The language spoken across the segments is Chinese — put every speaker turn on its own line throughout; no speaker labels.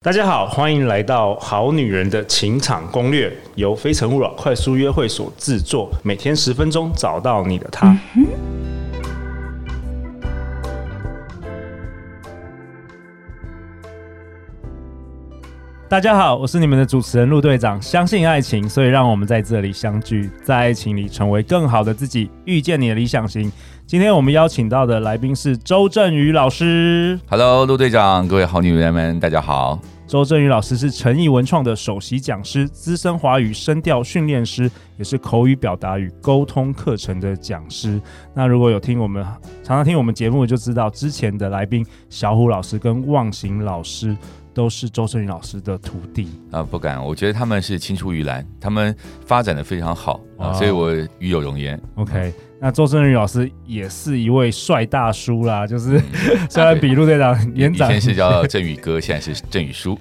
大家好，欢迎来到《好女人的情场攻略》，由非诚勿扰快速约会所制作，每天十分钟，找到你的他。大家好，我是你们的主持人陆队长。相信爱情，所以让我们在这里相聚，在爱情里成为更好的自己，遇见你的理想型。今天我们邀请到的来宾是周振宇老师。
Hello，陆队长，各位好女人们，大家好。
周振宇老师是诚毅文创的首席讲师、资深华语声调训练师，也是口语表达与沟通课程的讲师。那如果有听我们常常听我们节目，就知道之前的来宾小虎老师跟忘形老师都是周振宇老师的徒弟。
啊、不敢，我觉得他们是青出于蓝，他们发展的非常好啊、
哦
所以我与有荣焉。
OK，那周振宇老师也是一位帅大叔啦，就是、 虽
啊
然
对
比陆队长年
以
长
前是叫振宇哥， 现在是振宇叔。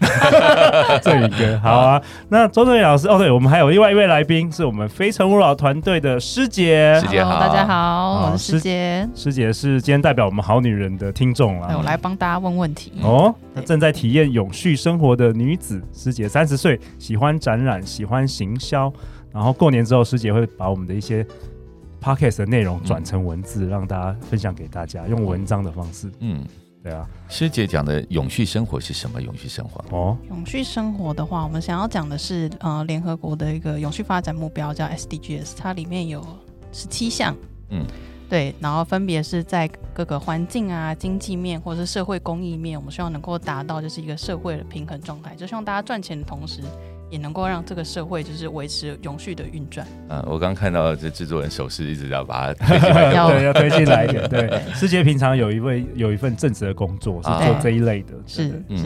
振宇哥，好啊。那周振宇老师，哦，对，我们还有另外一位来宾，是我们非诚勿扰团队的师姐。
师姐好
Hello，大家好，
好
我是
师
师姐，
嗯
师姐是今天代表我们好女人的听众
哎，
啦。
我来帮大家问问题。
哦，那
对
正在体验永续生活的女子师姐，三十岁，喜欢展览，喜欢行销，然后过年之后，师姐会把我们的一些 podcast 的内容转成文字，让大家分享给大家，用文章的方式。
嗯，
对啊，
师姐讲的永续生活是什么？永续生活？
哦，
永续生活的话，我们想要讲的是呃，联合国的一个永续发展目标叫 SDGs，它里面有十七项，
嗯，
对，然后分别是在各个环境啊、经济面或者是社会公益面，我们希望能够达到就是一个社会的平衡状态，就希望大家赚钱的同时，也能够让这个社会就是维持永续的运转。
嗯、我刚看到这制作人手势一直要把它推 进来。
要
对，要推进来一点。对，师姐平常有一位有一份正职的工作，是
啊
做这一类的。
是
对
嗯，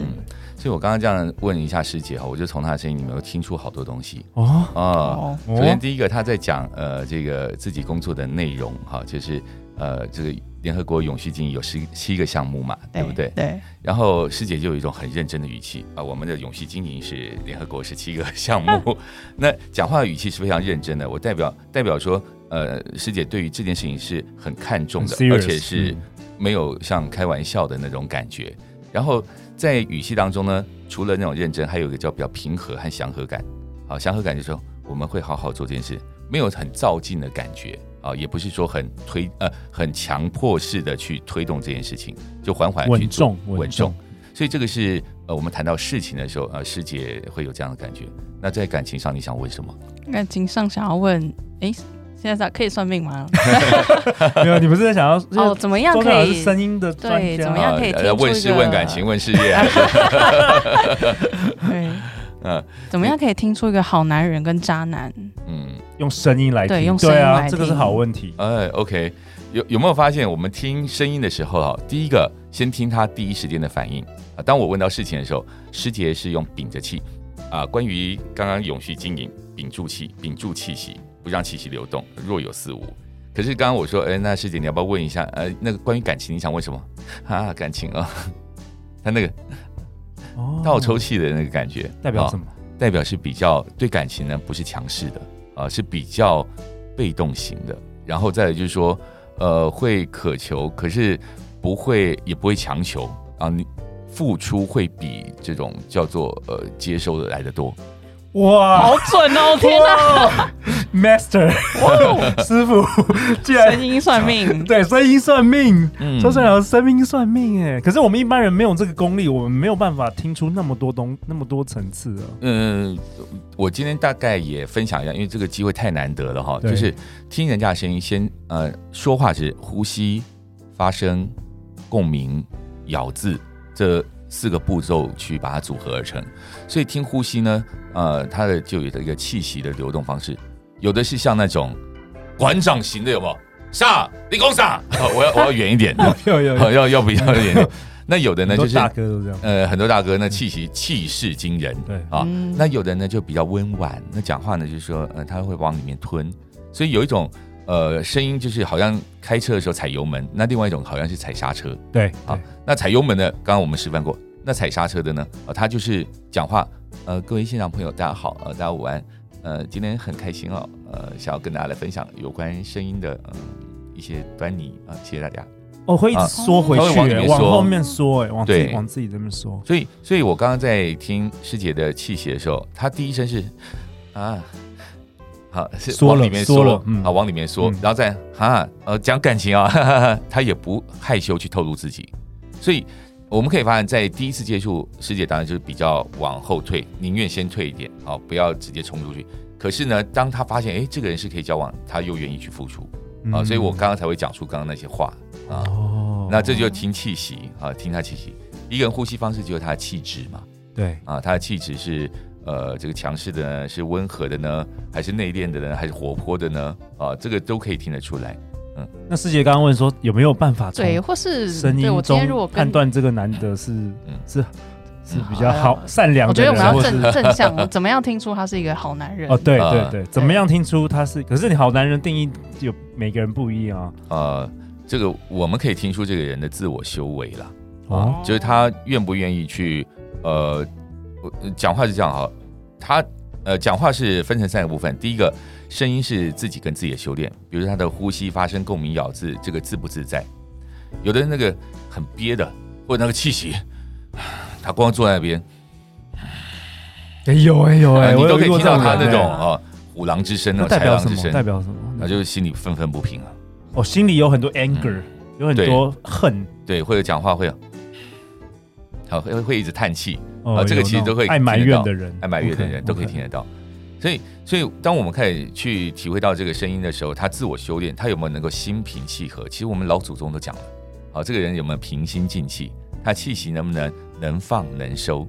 所以我刚刚这样问一下师姐哈，我就从她的声音里面有听出好多东西
哦，
啊。
哦，
首先第一个，他在讲呃这个自己工作的内容哈，就是呃这个联合国永续经营有十七个项目嘛，对不对？
对，
然后师姐就有一种很认真的语气啊，我们的永续经营是联合国十七个 项目，那讲话的语气是非常认真的。我代表代表说，呃，师姐对于这件事情是很看重的
很，serious，嗯
而且是没有像开玩笑的那种感觉。然后在语气当中呢，除了那种认真，还有一个叫比较平和和祥和感。好，祥和感就是说我们会好好做这件事，没有很造劲的感觉啊，也不是说很推呃很强迫式的去推动这件事情，就缓缓地去
稳
做
重，稳重。
所以这个是呃，我们谈到事情的时候，呃，师姐会有这样的感觉。那在感情上，你想问什么？
感情上想要问，诶，现在可以算命吗？
没有，你不是在想要
哦，怎么样
周
可
老师
以？
声音的专
对
家
怎么样
呃
可以
呃
听出
问
一
事、
个
问感情、问事业，还是
对，
嗯
怎么样可以听出一个好男人跟 渣男？
嗯，
用声音来听，
对用声音来
啊，
听
这个是好问题。
哎，OK，有有没有发现，我们听声音的时候啊，第一个先听他第一时间的反应啊。当我问到事情的时候，师姐是用屏着气啊，关于刚刚永续经营，屏住气，屏住气息，不让气息流动，若有似无。可是刚刚我说，哎，那师姐你要不要问一下，呃，那个关于感情你想问什么啊？感情啊， 他那个
哦
倒抽气的那个感觉，
代表
啊
什么？
代表是比较对感情呢不是强势的啊、是比较被动型的。然后再来就是说，呃，会渴求，可是不会也不会强求啊。你付出会比这种叫做呃接收的来的多。
哇
好准哦！天哪，
哇，Master 师傅，竟然
神经哦算命
哦对声音算命，
嗯
周正老师声音算命哎，可是我们一般人没有这个功力，我们没有办法听出那么多东那么多层次啊。
嗯，我今天大概也分享一下，因为这个机会太难得了哈，
对
就是听人家的声音先，呃说话是呼吸、发声、共鸣、咬字这四个步骤去把它组合而成。所以听呼吸呢，呃，它的就有一个气息的流动方式，有的是像那种馆长型的，有没有？ 啥？你讲啥？哦我要我要远一点，
有有
哦要要不要 远一点？那有的呢
很
就
多
是
大哥都这样。
呃，很多大哥那气息气势惊人，
对
啊，
嗯
那有的呢就比较温婉，那讲话呢就是说，呃，他会往里面吞，所以有一种呃声音就是好像开车的时候踩油门，那另外一种好像是踩刹车。
对，
好
对，
那踩油门的，刚刚我们示范过，那踩刹车的呢，啊、他就是讲话，呃，各位现场朋友大家好，呃，大家午安，呃，今天很开心呃哦，呃，想要跟大家来分享有关声音的嗯、一些端倪啊、谢谢大家。
哦，会一直缩回
它会
去、
往里
哎
面
往
缩
后面缩，哎，往自己
对
往自己这边缩。
所以，所以我刚刚在听师姐的气息的时候，她第一声是啊，好是
缩了
往里面
缩了嗯
啊，往里面缩，
嗯
然后再啊，呃，讲感情啊，哈 哈哈，她也不害羞去透露自己，所以我们可以发现，在第一次接触，师姐当然就是比较往后退，宁愿先退一点，好，不要直接冲出去。可是呢，当她发现哎，这个人是可以交往，她又愿意去付出啊，所以我刚刚才会讲出刚刚那些话啊。
嗯哦，
那这就听气息啊，听他气息。一个人呼吸方式就是他的气质嘛，
对，
啊，他的气质是呃这个强势的呢，是温和的呢，还是内敛的呢，还是活泼的呢？啊，这个都可以听得出来。
那师姐刚刚问说有没有办法
对，
从
或是
声
对我
音
今天如果
中
跟
判断这个男的是
嗯
是是比较好
嗯
善良
我
的
觉得
人，
我们要
或是
正正向，怎么样听出他是一个好男人？
哦，对
啊
对对，怎么样听出他是？可是你好男人定义有每个人不一样啊。
呃，这个我们可以听出这个人的自我修为了，
哦，
就是他愿不愿意去呃，我讲话是这样哈，他呃讲话是分成三个部分，第一个声音是自己跟自己的修炼，比如说他的呼吸、发声、共鸣、咬字，这个自不自在。有的人那个很憋的，或者那个气息，他光坐在那边，
哎有哎有
哎
哎，
你
我
都
有
可以
遇过
听到他
人
那种
哎
啊虎狼之声、那
那代
种豺
表
狼
什
之
么？
声，
代表什
那
么？
就是心里愤愤不平啊。
哦，心里有很多 anger，有很多恨。
对，或者讲话会，好会会一直叹气，
哦
啊，这个其实都会
有那种爱埋怨的人，
爱埋怨的人
OK，
都可以
OK
听得到。所以，所以当我们开始去体会到这个声音的时候，他自我修炼，他有没有能够心平气和？其实我们老祖宗都讲了，好，这个人有没有平心静气？他气息能不能能放能收，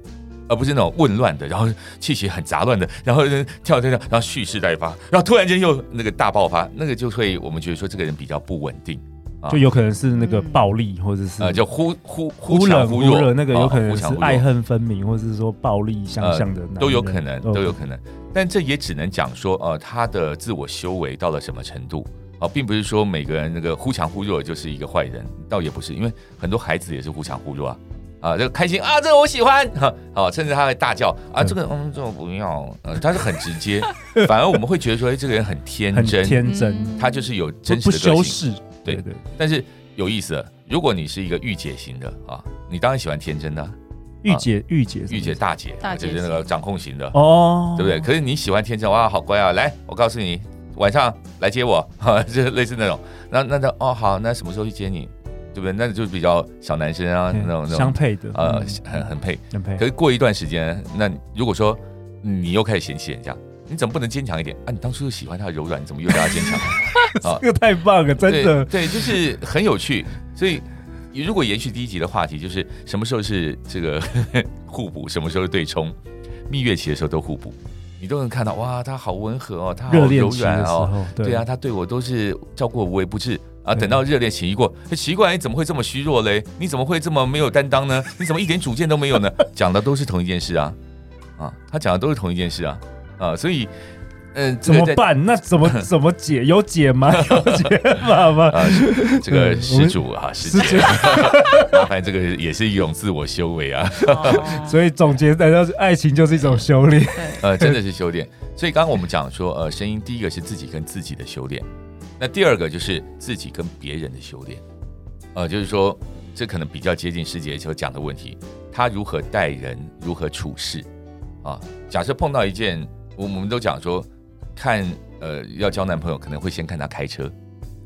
而不是那种混乱的，然后气息很杂乱的，然后呃跳跳跳，然后蓄势待发，然后突然间又那个大爆发，那个就会我们觉得说这个人比较不稳定，啊
就有可能是那个暴
嗯
力，或者是
呃，就忽忽
忽
强
冷
忽
嗯忽
弱，
热，那个
啊
有可能
忽
是
强忽弱呃
爱恨分明，或者是说暴力相向的男人，
都有可能，
哦
都有可能。但这也只能讲说，呃，他的自我修为到了什么程度啊、并不是说每个人那个忽强忽弱就是一个坏人，倒也不是，因为很多孩子也是忽强忽弱啊。啊，这个开心啊，这个我喜欢， 哈、好，甚至他还大叫啊，
嗯
这个嗯，这个不要，呃，他是很直接，反而我们会觉得说，哎，这个人很天
很
真，
天真，
嗯
他就是有
不
真
不
实的个
修
性。
饰，
对
对，
但是有意思了，如果你是一个御姐型的啊，你当然喜欢天真的啊，
御姐御姐
御姐大姐，啊
大姐
就是那个掌控型的，
哦，
对不对？可是你喜欢天真哇，好乖啊！来，我告诉你，晚上来接我， 哈，就是类似那种。那那那哦，好，那什么时候去接你？对不对？那就比较小男生啊，
嗯
那种那
相
种
配的，
呃
嗯，
很很配。
相配
可。是过一段时间，那如果说你又开始嫌弃人家，你怎么不能坚强一点啊？你当初就喜欢他的柔软，你怎么又叫他坚强？啊
这个太棒了，真的。
对，对，就是很有趣。所以如果延续第一集的话题，就是什么时候是这个 互补，什么时候是对冲。蜜月期的时候都互补，你都能看到哇，他好温和哦，他好
热恋
柔
期
软
的时
哦，
候，
对啊，，他对我都是照顾我无微不至啊。
对
等到热恋期一过，哎奇怪，你怎么会这么虚弱嘞？你怎么会这么没有担当呢？你怎么一点主见都没有呢？ 讲的都是同一件事啊，啊，他讲的都是同一件事啊，啊，所以，嗯、这
怎
个
么
在
办？那怎 么怎么解？有解吗？有解法吗？
啊，这
嗯
个
我
施
们
主啊，施
是
主，
这样，
麻烦这个也是一种自我修为啊，
哦
所以总结来到爱情就是一种修 炼。
对
呃，真的是修炼。所以刚刚我们讲说，呃，声音第一个是自己跟自己的修炼，那第二个就是自己跟别人的修炼，呃，就是说这可能比较接近师姐所讲的问题，他如何待人，如何处事啊。假设碰到一件，我我们都讲说，看呃要交男朋友，可能会先看他开车，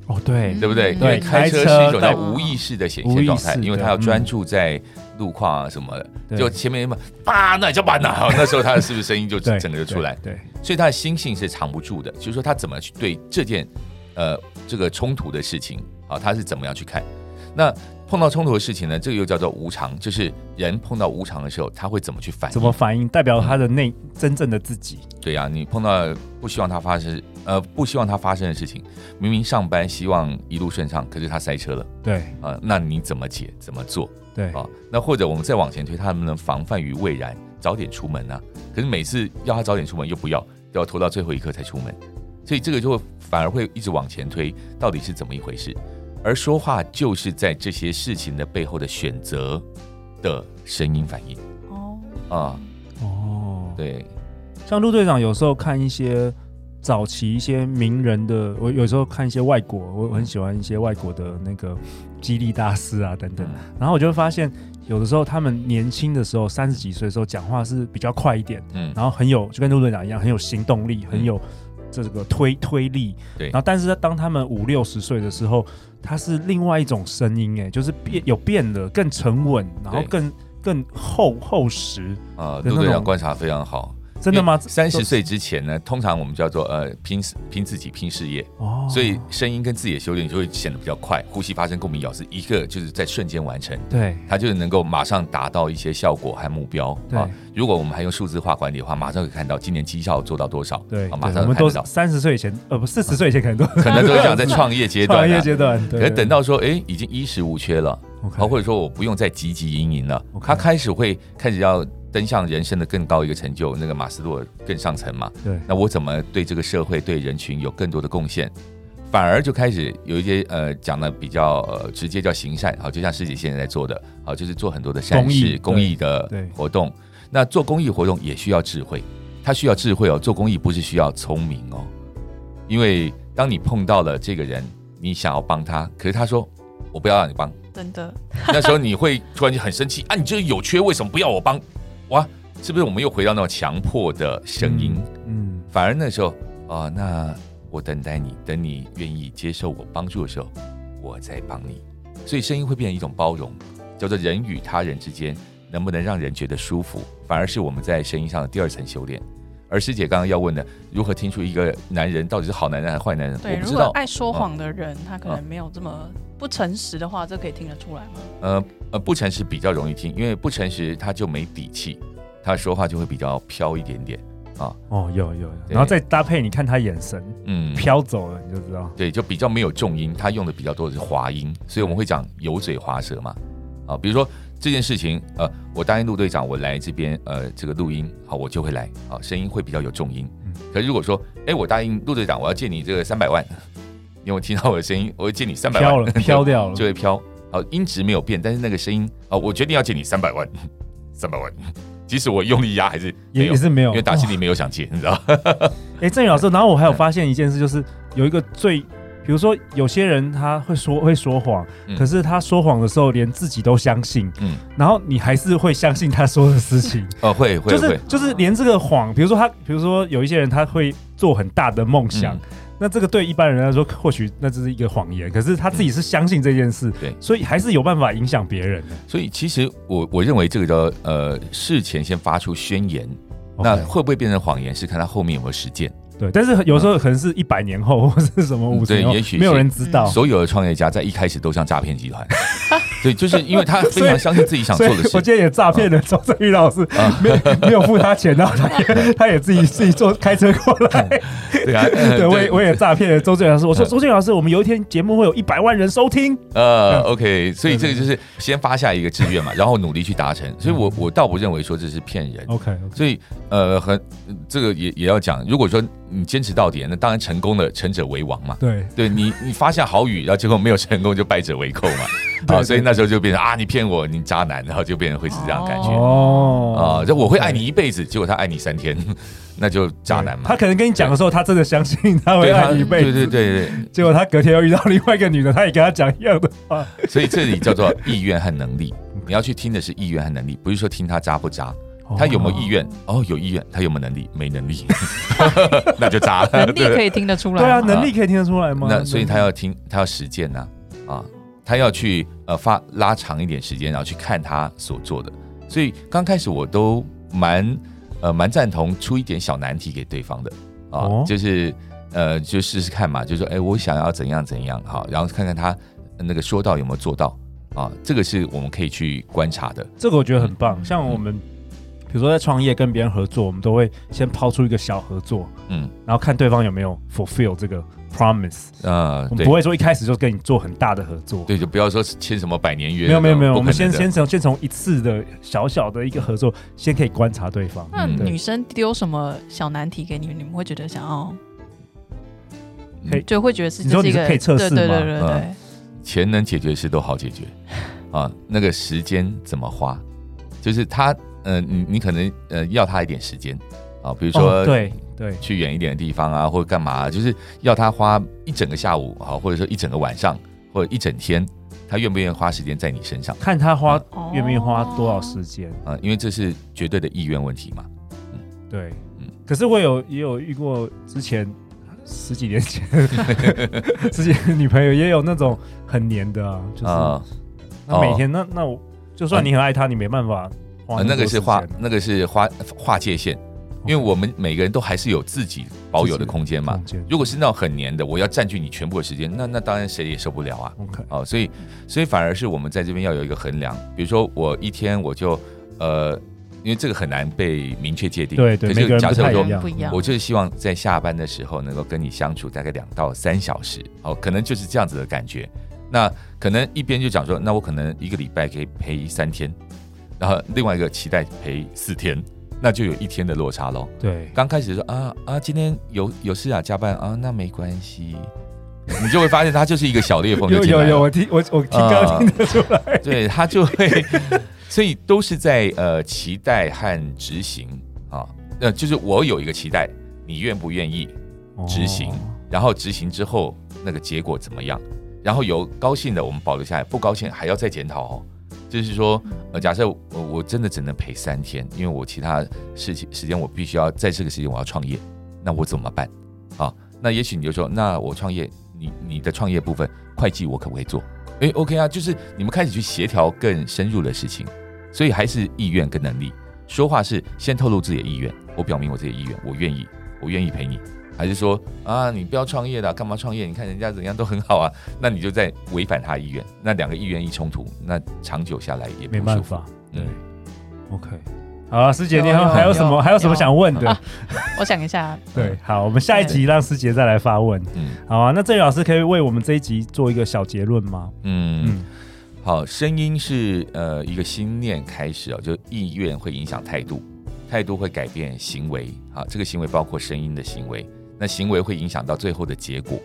哦，对
对不对？
嗯
因为
对
开车
开车
是一种在
到
无意识的显
无
现
意
状态，
识
因为
的
他要
嗯
专注在路况啊什么的，
对
就前面嘛，叭，那你就板呐， 好那时候他是不是声音就
对，
整个就出来？
对，
所以他的心性是藏不住的，就是说他怎么去对这件呃这个冲突的事情啊，他是怎么样去看？那碰到冲突的事情呢，这个又叫做无常，就是人碰到无常的时候，他会怎么去反应？
怎么反应代表他的内
嗯
真正的自己？
对呀、你碰到不希望它发生，呃，不希望它发生的事情，明明上班希望一路顺畅，可是他塞车了
对
啊、那你怎么解？怎么做？
对
啊，那或者我们再往前推，他能不能防范于未然，早点出门呢、啊可是每次要他早点出门又不要，都要拖到最后一刻才出门，所以这个就会反而会一直往前推，到底是怎么一回事？而说话就是在这些事情的背后的选择的声音反应
哦
啊，
哦，
对，
像陆队长有时候看一些早期一些名人的，我有时候看一些外国，我我很喜欢一些外国的那个激励大师啊等等，
嗯
然后我就会发现，有的时候他们年轻的时候，三十几岁的时候讲话是比较快一点，
嗯，
然后很有，就跟陆队长一样，很有行动力，很有这个推推力。
对
然后，但是当他们五六十岁的时候，他是另外一种声音，哎，就是变有变了，更沉稳，然后
对
更更厚厚实。
啊，
对
陆队
那
长
种
观察非常好。
真的吗？
三十岁之前呢，通常我们叫做呃拼死拼自己拼事业，
哦
所以声音跟字眼修炼就会显得比较快，呼吸发声共鸣咬字一个就是在瞬间完成，
对
它就是能够马上达到一些效果和目标啊
对。
如果我们还用数字化管理的话，马上可以看到今年绩效做到多少，
对，
啊
对
马上
我
看
们都
得到。
三十岁以前，呃，不，四十岁以前可能都
可能都是想在创业阶
创
段、
业
啊，
阶段，对
可是等到说，哎，已经衣食无缺了，好，
OK，
或者说我不用再汲汲营营了，
OK
他开始会开始要登向人生的更高一个成就，那个马斯洛更上层嘛。
对
那我怎么对这个社会、对人群有更多的贡献？反而就开始有一些呃讲的比较呃直接叫行善，好，就像师姐现在在做的，好，就是做很多的善事、
公益
公益的
对
活动。那做公益活动也需要智慧，它需要智慧哦，做公益不是需要聪明哦，因为当你碰到了这个人，你想要帮他，可是他说我不要让你帮。
真的
那时候你会突然就很生气啊！你就是有缺，为什么不要我帮？哇，是不是我们又回到那种强迫的声音？，
嗯，
反而那时候啊、哦那我等待你，等你愿意接受我帮助的时候，我再帮你。所以声音会变成一种包容，叫做人与他人之间能不能让人觉得舒服，反而是我们在声音上的第二层修炼。而师姐刚刚要问的，如何听出一个男人到底是好男人还是坏男人？
对，
我不
如
知
果
道。
爱说谎的人，他可
哦
能没有这么不诚实的话，这可以听得出来吗？
呃呃，不诚实比较容易听，因为不诚实他就没底气，他说话就会比较飘一点点。
哦，有有，有
对
然后再搭配你看他眼神
嗯，
飘走了，你就知道，
对，就比较没有重音，他用的比较多的是滑音，所以我们会讲油嘴滑舌嘛。啊，比如说这件事情，呃，我答应陆队长我来这边，呃，这个录音，好，我就会来，好，声音会比较有重音
嗯。
可是如果说，哎，我答应陆队长我要借你这个三百万， 因为我听到我的声音，我会借你三百万，
飘了， 飘掉了
就，会飘。好，音质没有变，但是那个声音啊，我决定要借你三百万，三百万。即使我用力压，还是没
也
有
也，是没有，
因为打心嗯里没有想借，你 知道？
哎，郑宇老师，然后我还有发现一件事，就是有一个最，比如说有些人他会说会说谎，
嗯
可是他说谎的时候连自己都相信，
嗯
然后你还是会相信他说的事情，
呃，会会
就是
会，
就是连这个谎，比如说他，比如说有一些人他会做很大的梦想。
嗯
那这个对一般人来说，或许那只是一个谎言，可是他自己是相信这件事，
嗯对
所以还是有办法影响别人的。
所以其实我我认为这个叫呃，事前先发出宣言，那
OK，
会不会变成谎言，是看他后面有没有实践。
对，但是有时候可能是一百年后 或是什么五十
嗯对
年后
也许
没有
是
人知道，
所有的创业家在一开始都像诈骗集 团，对，就是因为他非
所以
常相信自己想
所
做嗯
以
的
我
事。
今天也诈骗了周正宇老师，
啊
没有没有付他钱，然后他也他也自己自己坐开车过来。
对嗯啊，呃
对，我也我也诈骗了周正宇老师。我说周正宇老师，我们有一天节目会有一百万人收听。
呃，OK，所以
嗯
这个就是先发下一个志愿嘛，然后努力去达成。所以
嗯
我我倒不认为说这是骗人，
OK，
所以呃，很这个也也要讲，如果说你坚持到底，那当然成功的成者为王嘛。
对，
对你，你发下好语，然后结果没有成功，就败者为寇 嘛。
对
啊，
对
所以那时候就变成啊，你骗我，你渣男，然后就变成会是这样的感觉啊
哦。，
就我会爱你一辈子，结果他爱你三天， 那就渣男嘛
他。可能跟你讲的时候，他真的相信他会爱你一辈
对对
子。
对
结果他隔天又遇到另外一个女的，他也跟他讲一样的话。
对，所以这里叫做意愿和能 力。你要去听的是意愿和能力，不是说听他渣不渣，他有没有意愿？哦，有意愿，他有没有能力？没 能力， 那就渣了。
能力
对不对
可以听得出来
对啊，
吗
能力可以听得出来吗？
那所以他要听，他要实践呐、啊，他要去呃发拉长一点时间，然后去看他所做的。所以刚开始我都蛮呃蛮赞同出一点小难题给对方的啊，
哦
就是呃就试试看嘛，就说哎我想要怎样怎样好，然后看看他呃那个说到有没有做到啊，这个是我们可以去观察的。
这个我觉得很棒。像我们比如说在创业跟别人合作，我们都会先抛出一个小合作，
嗯
然后看对方有没有 fulfill 这个 promise。
呃
我们
对
不会说一开始就跟你做很大的合作。
对，就不要说签什么百年约
没有
那种，
没有没有，
不
我
可
们
能
先
的
先从先从一次的小小的一个合作，先可以观察对方。
那
嗯
女生丢什么小难题给你们，你们会觉得想要
可以？
就会觉得是
你
这
说
是一
你是
个
可以测试
对对
吗嗯
对对对对，
钱能解决的事都好解 决啊，那个时间怎么花，就是他，呃，你你可能呃要他一点时间，啊，比如
哦
说
对对，
去远一点的地方啊，或者干嘛，就是要他花一整个下午啊，或者说一整个晚上，或者一整天，他愿不愿意花时间在你身上
看他花
哦
愿不愿意花多少时间。
啊？因为这是绝对的意愿问题嘛。
对，
嗯
可是我有也有遇过之前十几年前 自己的女朋友也有那种很黏的啊，就是、
啊、哦
那每天、那那我就算你很爱她，你没办法花
呃
么
那
多
个是
时
划
间哦
那个是划划界限，因为我们每个人都还是有自己保有的空间嘛
空。间
如果是那种很黏的，我要占据你全部的时间，那那当然谁也受不了啊。
OK
哦，所以所以反而是我们在这边要有一个衡量，比如说我一天我就呃，因为这个很难被明确界定。
对对，
可
每个
是
人
假
不
设
太
我说
一样，
不一样
我就是希望在下班的时候能够跟你相处大概两到三小时，哦，可能就是这样子的感觉。那可能一边就讲说，那我可能一个礼拜可以陪三天，然后另外一个期待陪四天，那就有一天的落差喽。
对，
刚开始说啊啊，今天有有事啊，加班啊，那没关系，你就会发现他就是一个小裂缝就
有
进来
有
了。
有，我听我我听刚
啊
听得出来，
对他就会，所以都是在呃期待和执行啊，呃，就是我有一个期待，你愿不愿意？ 执行
哦
然后执行之后那个结果怎么样，然后有高兴的我们保留下来，不高兴还要再检讨哦。就是说，呃，假设我我真的只能陪三天，因为我其他事情时间我必须要在这个时间我要创业，那我怎么办啊？那也许你就说，那我创业，你你的创业部分会计我可不可以做？诶 o k 啊，就是你们开始去协调更深入的事情，所以还是意愿跟能力。说话是先透露自己的意愿，我表明我自己的意愿，我愿意，我愿意陪你，还是说啊，你不要创业了，干嘛创业？你看人家怎样都很好啊， 那你就在违反他意愿，那两个意愿一冲突，那长久下来也不
没
舒
办
服。
法，对
嗯
，OK。好了，师姐，
有
你还有
有
还有什么
有
还有什么
有
想问的？
我想一下，
对，好，我们下一
啊对
集让师姐再来发问。
嗯
好啊，那郑宇老师可以为我们这一集做一个小结论吗？
嗯
嗯，
好，声音是呃一个心念开始啊，就意愿会影响态度，态度会改变行为啊，这个行为包括声音的行为，那行为会影响到最后的结果。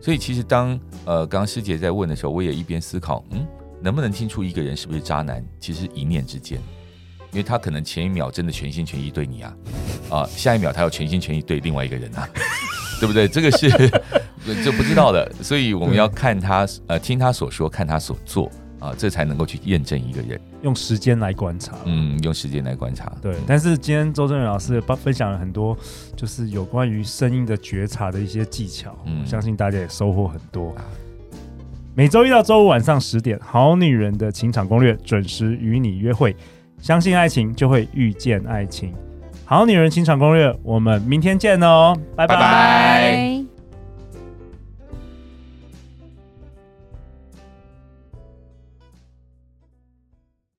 所以其实当呃刚刚师姐在问的时候，我也一边思考，嗯，能不能听出一个人是不是渣男，其实一念之间，因为他可能前一秒真的全心全意对你啊，啊，下一秒他要全心全意对另外一个人啊， 对不对？这个是 这这不知道的，所以我们要看他呃听他所说，看他所做。啊，这才能够去验证一个人。
用时间来观察。
嗯，用时间来观察。
对，但是今天周正宇老师也帮分享了很多，就是有关于声音的觉察的一些技巧，
嗯
我相信大家也收获很多
啊。
每周一到周五晚上十点，《好女人的情场攻略》准时与你约会，相信爱情就会遇见爱情。好女人情场攻略，我们明天见哦，拜
拜拜
拜。